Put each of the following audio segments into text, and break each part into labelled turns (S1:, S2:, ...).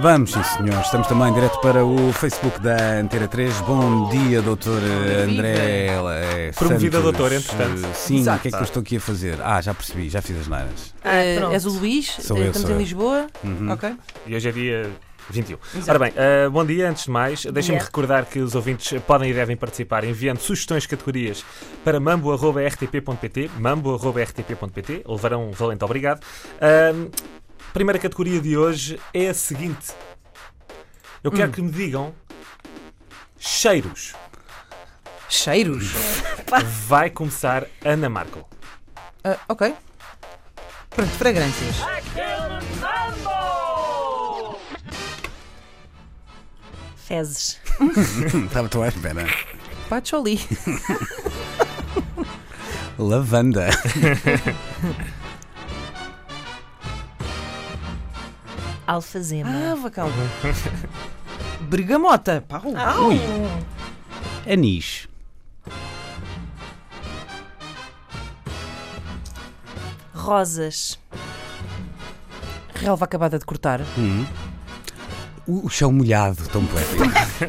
S1: Vamos, sim senhor. Estamos também direto para o Facebook da Antena 3. Bom dia, doutor André. eh,
S2: Promovida
S1: Santos.
S2: doutora, entretanto.
S1: Sim, o
S3: Exato.
S1: que é que eu estou aqui a fazer? Ah, já percebi, já fiz as neiras.
S3: Eh,
S2: pronto.
S3: és o Luís,
S1: Sou
S3: eh,
S1: eu,
S3: estamos
S1: sou eu.
S3: em Lisboa.
S1: Uhum.
S3: Ok.
S2: E hoje é dia 21.
S3: Exato.
S2: Ora bem, ah, bom dia, antes de mais, deixem-me
S3: dia.
S2: recordar que os ouvintes podem e devem participar enviando sugestões de categorias para mambo.rtp.pt, mambo.rtp.pt, levarão um valente obrigado. Ahm, primeira categoria de hoje é a seguinte. Eu
S4: Hum.
S2: quero que me digam cheiros.
S3: Cheiros.
S2: Vai começar Ana Marco.
S3: Ah, ok. Pronto, fragrâncias.
S4: Fezes.
S1: Estava tão Tá, à espera.
S3: Patchouli.
S1: Lavanda.
S4: Alfazema.
S3: Ah, vacão. Bergamota. Pau.
S1: Ui. Anis.
S4: Rosas.
S3: Relva acabada de cortar.
S1: O o chão molhado, tão poético.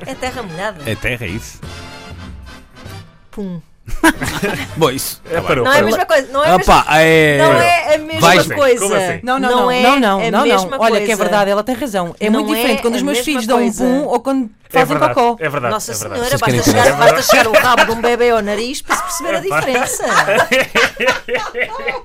S4: É terra molhada.
S1: É terra, é isso?
S4: Pum.
S1: Bom, isso.
S2: É, parou,
S4: Não é a
S2: parou.
S4: mesma coisa. Não é, a mesma-
S1: Opa, é...
S4: não é a mesma
S1: Vai.
S2: Como assim?
S4: coisa.
S2: Como assim?
S3: Não, não, não, não,
S4: é
S3: não, não,
S4: a
S3: não.
S4: mesma
S3: Olha que é
S4: coisa.
S3: verdade, ela tem razão. É
S4: Não
S3: muito
S4: é
S3: diferente quando os
S4: a
S3: meus
S4: mesma
S3: filhos dão um
S4: coisa.
S3: pum ou quando
S2: É
S3: fazem
S2: verdade,
S3: cocó.
S2: é verdade.
S4: Nossa
S2: é verdade.
S4: Senhora,
S1: querem
S4: basta chegar,
S1: saber?
S4: basta chegar o rabo de um bebê ao nariz para se perceber
S2: É
S4: a diferença.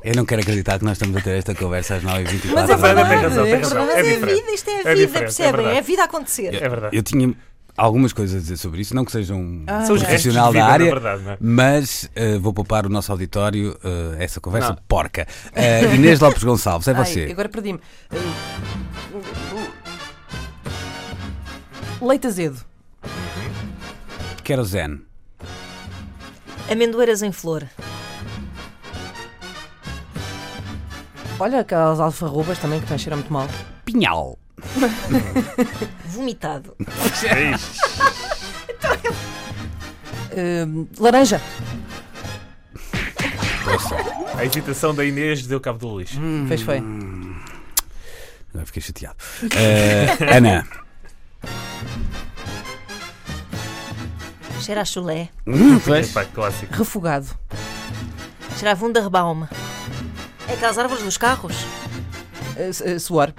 S1: Eu não quero acreditar que nós estamos a ter esta conversa às 9h24.
S3: Mas é
S2: Tem razão, tem
S3: verdade,
S2: razão, tem
S3: é
S2: razão.
S3: verdade.
S4: Mas é a
S2: diferente.
S4: vida, isto é a
S2: É
S4: vida,
S2: diferente, é
S4: percebem?
S2: verdade.
S4: É a vida a acontecer.
S2: É verdade.
S1: Eu tinha algumas coisas a dizer sobre isso, não que seja um
S3: Ah,
S2: São os restos de
S1: profissional
S2: vida,
S1: da
S2: na
S1: área,
S2: verdade, não é?
S1: mas eh, vou poupar o nosso auditório eh, essa conversa
S2: Não.
S1: porca. Eh, Inês Lopes Gonçalves, é
S3: Ai,
S1: você.
S3: agora perdi-me. Leite azedo.
S1: Querosene,
S4: Amendoeiras em flor.
S3: Olha aquelas alfarrobas também que estão a cheirar muito mal.
S1: pinhal,
S4: Vomitado.
S3: Hum, laranja.
S2: A hesitação da Inês deu cabo do Luís.
S3: Pois foi.
S1: agora fiquei chateado. Eh, Ana,
S4: Cheira a chulé.
S2: Hum, Epá, É clássico.
S3: Refogado.
S4: Cheira a Wunderbaum. É aquelas árvores dos carros.
S3: Eh, s- eh, suor.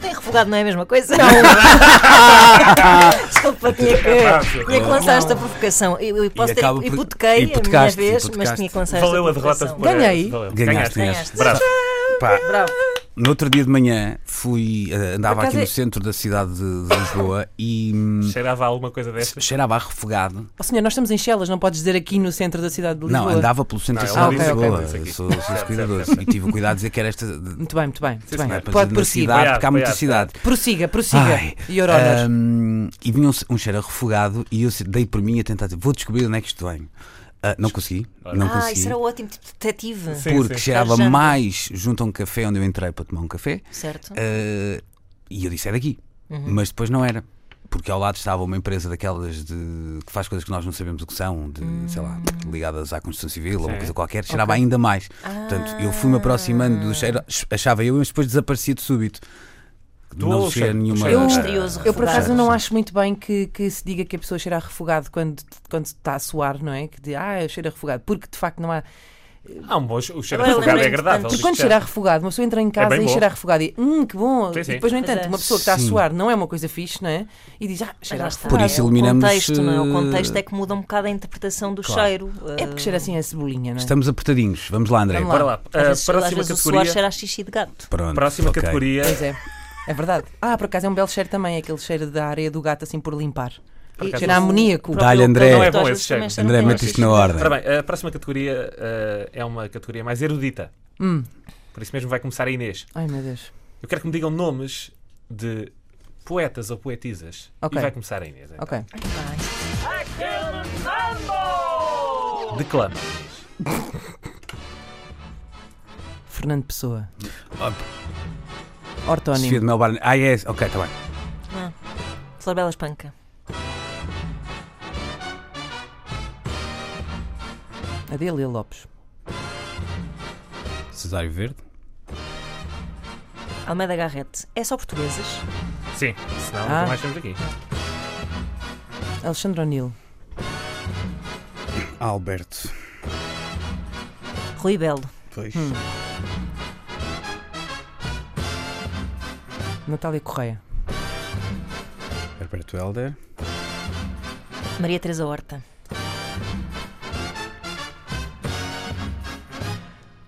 S4: Tem refogado, não é a mesma coisa? Não. Desculpa, tinha que,
S2: fácil.
S4: tinha que lançar esta provocação. Eu, eu posso ter
S1: acaba por-
S4: hipotequei a minha
S1: hipotecaste,
S4: vez, mas
S1: hipotecaste.
S4: tinha que lançar
S2: Valeu a
S4: esta
S2: derrota.
S4: provocação.
S2: por-
S3: Ganhei.
S2: valeu.
S1: ganhaste,
S4: Ganhaste.
S1: ganhaste.
S2: Bravo.
S1: Pá,
S4: Bravo.
S1: no outro dia de manhã fui, eh, andava
S3: Por acaso
S1: aqui no
S3: é-
S1: centro da cidade de, de Lisboa e hum,
S2: Cheirava a alguma coisa destas?
S1: cheirava a refogado.
S3: Oh, senhor, nós estamos em Chelas, não podes dizer aqui no centro da cidade de Lisboa.
S1: Não, andava pelo centro da
S2: Não,
S1: cidade
S3: ela
S1: de Lisboa.
S2: ok,
S3: disse,
S2: disse aqui.
S1: Sou, sou
S2: Certo,
S1: cuidador
S2: certo, certo.
S1: e tive o cuidado de dizer que era esta.
S3: Muito bem, muito bem. Muito
S1: é
S3: bem.
S2: senhora.
S3: Pode
S1: na
S3: prosseguir.
S1: cidade, porque
S2: Foi
S1: há
S2: alto,
S1: muita
S2: foi alto.
S1: cidade.
S3: Prossiga, prossiga.
S1: Ai,
S3: E Euronas.
S1: hum, e vinha um, se- um cheiro a refogado e eu se- dei por mim a tentar dizer, vou descobrir onde é que isto vem. Ah, não consegui, não
S4: Ah,
S1: consegui.
S4: isso era ótimo, tipo detetive.
S2: Sim.
S1: Porque cheirava
S4: Sarjanta.
S1: mais junto a um café onde eu entrei para tomar um café.
S4: Certo?
S1: ah, e eu disse, é daqui. Mas depois não era. Porque ao lado estava uma empresa daquelas de, que faz coisas que nós não sabemos o que são, de, sei lá, ligadas à construção civil ou uma
S2: Sim.
S1: coisa qualquer, cheirava ainda mais. Portanto, eu fui-me aproximando do cheiro, achava eu, mas depois desaparecia de súbito.
S2: Do
S1: não
S2: cheiro-
S1: cheira
S2: do
S1: nenhuma.
S2: cheiro.
S4: Misterioso
S3: Eu, por
S4: Refogado.
S3: acaso, não acho muito bem que, que se diga que a pessoa cheira a refogado quando, quando está a suar, não é? Que de, ah, eu cheiro a refogado. Porque, de facto, não há...
S2: Ah, um bom, o cheiro refogado
S4: Agora
S2: é
S4: lembrei-me de
S2: agradável.
S4: tantos.
S3: Porque quando
S2: Isto
S3: cheira a refogado, uma pessoa entra em casa
S2: bem
S3: e
S2: bom.
S3: cheira a refogado e, hum, que bom.
S2: Sim, sim.
S3: E depois, no
S4: Pois
S3: entanto,
S4: é.
S3: uma pessoa que está a
S1: Sim.
S3: suar não é uma coisa fixe, não é? E diz, ah,
S4: Mas
S3: cheira
S4: lá
S3: a
S4: está.
S3: refogado.
S1: Por isso
S4: É o
S1: eliminamos,
S4: contexto, não é?
S1: eh,
S4: O contexto é que muda um bocado a interpretação do
S1: Claro.
S4: cheiro. eh,
S3: É porque cheira assim a cebolinha, não é?
S1: Estamos apertadinhos. Vamos lá, André.
S3: Vamos
S2: Bora lá.
S4: Às
S2: Ah,
S4: vezes, às
S2: próxima
S4: vezes o suor
S2: categoria.
S4: cheira a xixi de gato.
S1: Pronto, ok.
S2: Próxima
S1: Então,
S2: categoria.
S3: Pois é. É verdade. Ah, por acaso é um belo cheiro também, aquele cheiro da areia do gato assim por limpar.
S2: Por acaso
S3: cheira a
S2: não-
S3: amoníaco.
S4: Próprio
S1: Dá-lhe, André.
S4: olfato,
S1: Não é
S4: às
S2: bom
S4: vezes
S2: esse
S4: também
S2: cheiro.
S4: cheira
S1: André,
S4: um
S1: mete isto
S4: bocadinho.
S1: na ordem.
S2: Ora bem, a próxima categoria ah, é uma categoria mais erudita.
S4: Hum.
S2: Por isso mesmo vai começar a Inês.
S3: Ai meu Deus.
S2: Eu quero que me digam nomes de poetas ou poetisas.
S3: Ok.
S2: E vai começar a Inês. Então.
S3: Ok.
S2: Declama.
S3: Fernando Pessoa.
S1: Ah, Sofia
S3: Ortónimo.
S1: de Melbourne. Ah, é. esse. Ok, está bem.
S4: Flor Bela Espanca.
S3: Adélia Lopes.
S1: Cesário Verde.
S4: Almeida Garrete. É só portuguesas?
S2: Sim, senão
S3: Ah.
S2: nunca mais estamos aqui.
S3: Alexandre O'Neill.
S1: Alberto.
S4: Rui Belo.
S1: Pois.
S3: Natália Correia.
S1: Herberto Helder.
S4: Maria Teresa Horta.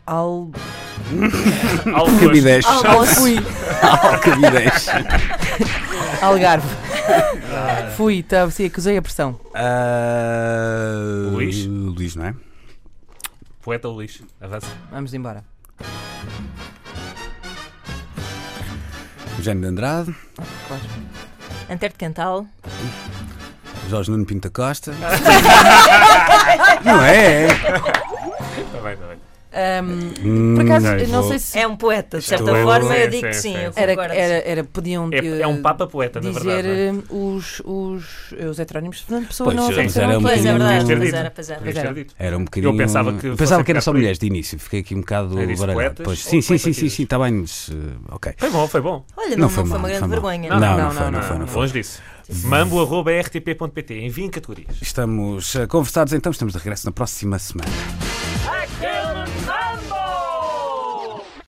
S3: Al...
S2: Alves.
S1: Cabidez.
S4: Almoço.
S1: Cabidez.
S3: Algarve. Fui, estava assim, acusei a pressão.
S1: Ah,
S2: Luís?
S1: Luís, não é?
S2: Poeta Luís. Avança.
S3: Vamos embora.
S1: Eugênio de Andrade.
S3: Claro.
S4: Antero de Cantal.
S1: Jorge Nuno Pinta Costa. não é?
S2: Está Tá bem, está bem.
S3: Ahm,
S1: Hum,
S3: por acaso, eu não sei se
S4: É um poeta, de certa
S1: Estou-
S4: forma, eu
S2: Sim,
S4: digo que
S2: sim,
S4: sim.
S2: sim,
S4: eu
S2: sim.
S3: era,
S4: concordo.
S3: era, era- podiam
S2: É, é um
S3: eh,
S2: papa poeta, na
S3: dizer
S2: verdade. não é?
S3: eh, os, os, eh, os heterónimos de Fernando Pessoa
S1: Pois,
S3: não
S1: mas
S3: apareceram
S1: era um
S3: aqui.
S4: Pois é
S1: bocadinho-
S4: verdade,
S2: Podia
S4: pois
S2: ter
S4: era, pois é. era.
S2: Podia ter
S3: era.
S2: dito.
S1: Era um bocadinho.
S2: Eu pensava que
S1: pensava
S2: fosse
S1: que era só
S2: ficar por aí.
S1: mulheres de início, fiquei aqui um bocado
S2: Eu disse
S1: baralhado.
S2: poetas
S1: Pois. Sim,
S2: ou
S1: sim, sim, sim,
S2: poetisas?
S1: sim, está bem, mas. eh, ok.
S2: Foi bom, foi bom.
S4: Olha, não, não foi, uma
S1: mal,
S4: grande
S1: foi mal.
S4: vergonha.
S1: Não, não,
S3: Não,
S1: foi,
S3: não,
S1: não, foi, não foi.
S2: Longe disso. Mambo.rtp.pt. Enviem categorias.
S1: Estamos eh, conversados, então estamos de regresso na próxima semana.
S5: Aquele